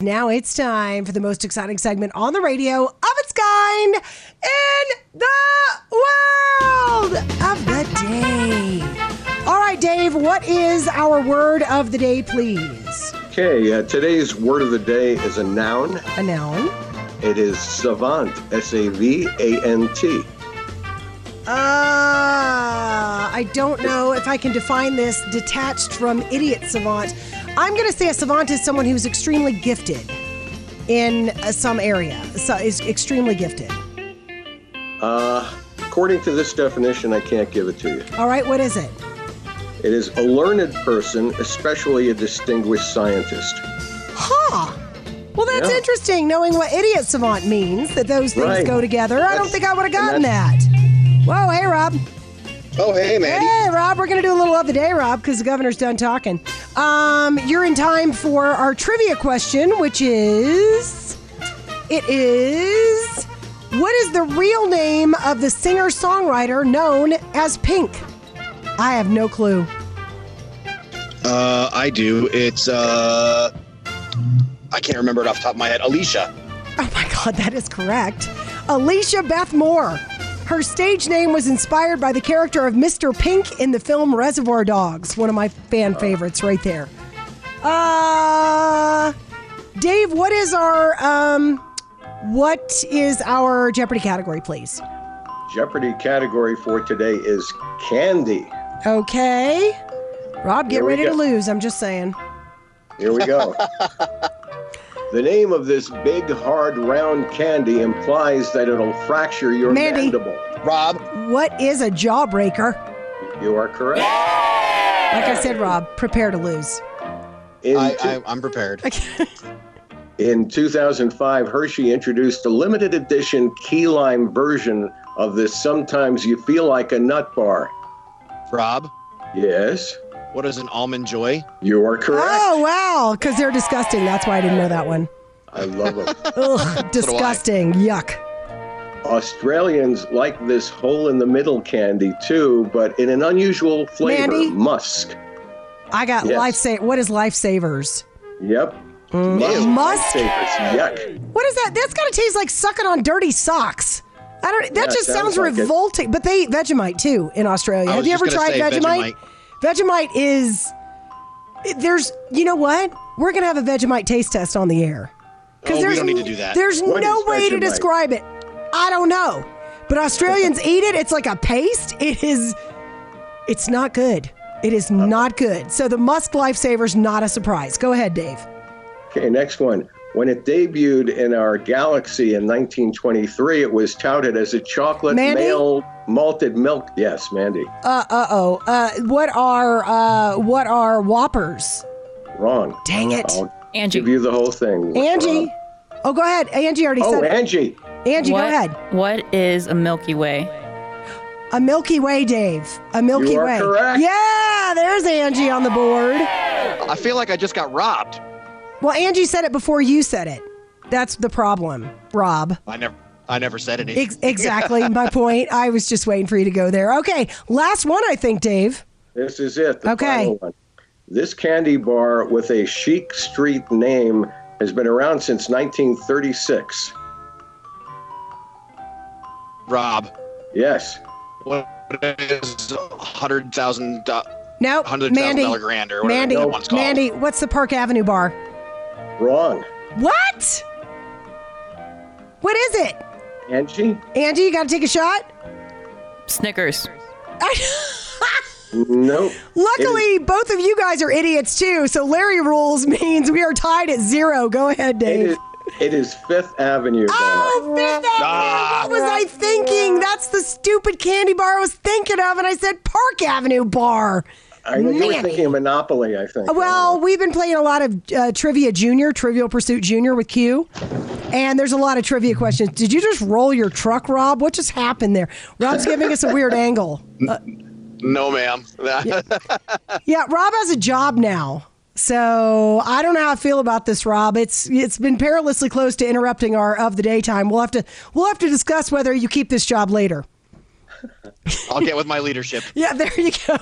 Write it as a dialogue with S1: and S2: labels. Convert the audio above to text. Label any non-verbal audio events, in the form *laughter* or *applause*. S1: Now it's time for the most exciting segment on the radio of its kind in the world of the day. All right, Dave, what is our word of the day, please?
S2: Okay, uh, today's word of the day is a noun.
S1: A noun.
S2: It is savant, S A V A N T.
S1: Uh, I don't know if I can define this detached from idiot savant. I'm going to say a savant is someone who's extremely gifted in uh, some area, so is extremely gifted.
S2: Uh, according to this definition, I can't give it to you.
S1: All right, what is it?
S2: It is a learned person, especially a distinguished scientist.
S1: Huh. Well, that's
S2: Yeah.
S1: interesting, knowing what idiot savant means, that those things
S2: Right.
S1: go together. I don't
S2: That's-
S1: think I would have gotten
S2: and
S1: that. Whoa, hey, Rob.
S3: Oh, hey, Maddie.
S1: Hey, Rob, we're going to do a little of the day, Rob, because the governor's done talking. Um, you're in time for our trivia question, which is it is what is the real name of the singer songwriter known as Pink? I have no clue.
S3: Uh, I do. It's, uh, I can't remember it off the top of my head. Alicia.
S1: Oh my God, that is correct. Alicia Beth Moore. Her stage name was inspired by the character of Mr. Pink in the film Reservoir Dogs, one of my fan favorites right there. Uh, Dave, what is our um, what is our Jeopardy category, please?
S2: Jeopardy category for today is candy.
S1: Okay, Rob, get
S2: Here we
S1: ready to
S2: go.
S1: lose. I'm just saying.
S2: Here we go. the name of this big, hard, round candy implies that it'll fracture your
S1: Mandy.
S2: mandible.
S3: Rob.
S1: What is a jawbreaker?
S2: You are correct.
S1: Like I said, Rob, prepare to lose.
S2: In,
S3: I,
S2: two-
S3: I, I'm prepared.
S2: in 2005, Hershey introduced a limited edition key lime version of this sometimes you feel like a nut bar.
S3: Rob,
S2: Yes,
S3: what is an almond joy?
S2: you are correct.
S1: Oh wow, because they're disgusting. That's why I didn't know that one.
S2: I love them.
S1: Ugh, disgusting. Yuck.
S2: Australians like this hole in the middle candy too, but in an unusual flavor,
S1: Mandy?
S2: musk.
S1: I got
S2: Yes.
S1: lifesa- What is lifesavers?
S2: Yep.
S1: Ew. Musk?
S2: Lifesavers. Yuck.
S1: What is that? That's got to taste like sucking on dirty socks. I don't. That
S2: Yeah,
S1: just sounds,
S2: sounds like it.
S1: revolting. But they eat Vegemite too in Australia.
S3: I
S1: Have
S3: was
S1: you ever
S3: just
S1: tried
S3: gonna say
S1: Vegemite? Vegemite is there's. You know what? We're gonna have a Vegemite taste test on the air.
S3: Oh, we
S1: there's
S3: don't need to
S1: n-
S3: do that.
S1: There's
S2: What
S1: no
S2: is
S1: way to
S2: Vegemite?
S1: describe it. I don't know. But
S2: *laughs*
S1: Australians eat it. It's like a paste. It is. It's not good. It is not good. So the Musk Lifesaver's not a surprise. Go ahead, Dave.
S2: Okay, next one. When it debuted in our galaxy in 1923, it was touted as a chocolate
S1: Mandy?
S2: male malted milk. Yes, Mandy.
S1: Uh uh oh. Uh, what are uh what are Whoppers?
S2: Wrong.
S1: Dang it,
S2: I'll give
S4: Angie,
S2: you the whole thing.
S1: Angie.
S2: Wrong.
S1: Oh, go ahead. Angie already
S2: Oh,
S1: said. it.
S2: Angie.
S1: Angie,
S4: what,
S1: go ahead.
S4: what is a Milky Way?
S1: A Milky Way, Dave. A Milky
S2: You are
S1: Way.
S2: correct.
S1: Yeah, there's Angie on the board.
S3: I feel like I just got robbed.
S1: Well, Angie said it before you said it. That's the problem, Rob.
S3: I never, I never said anything.
S1: Ex- exactly my point. I was just waiting for you to go there. Okay, last one, I think, Dave.
S2: This is it. The
S1: Okay.
S2: Final one. This candy bar with a chic street name has been around since 1936.
S3: Rob,
S2: Yes.
S3: what is hundred thousand
S1: No,
S3: hundred thousand
S1: Mandy.
S3: dollar grand or whatever
S1: Mandy,
S3: that one's called?
S1: Mandy, what's the Park Avenue bar?
S2: Wrong.
S1: What? What is it?
S2: Angie?
S1: Angie, you got to take a shot? *laughs*
S4: Snickers.
S1: *laughs*
S2: Nope.
S1: Luckily, both of you guys are idiots too, so Larry rules *laughs* means we are tied at zero. Go ahead,
S2: It
S1: Dave.
S2: is, it is Fifth Avenue bar.
S1: Oh, Fifth Avenue.
S3: Ah.
S1: What was I thinking? That's the stupid candy bar I was thinking of, and I said Park Avenue Bar.
S2: I know you were
S1: Nanny.
S2: thinking of Monopoly, I think.
S1: Well, we've been playing a lot of uh, trivia junior, Trivial Pursuit Junior with Q, and there's a lot of trivia questions. Did you just roll your truck, Rob? What just happened there? Rob's giving us a weird angle. Uh,
S3: No, ma'am. *laughs*
S1: yeah, Rob has a job now. So I don't know how I feel about this, Rob. It's it's been perilously close to interrupting our of the day time. We'll have to we'll have to discuss whether you keep this job later.
S3: I'll get with my leadership.
S1: Yeah, *laughs* there you go.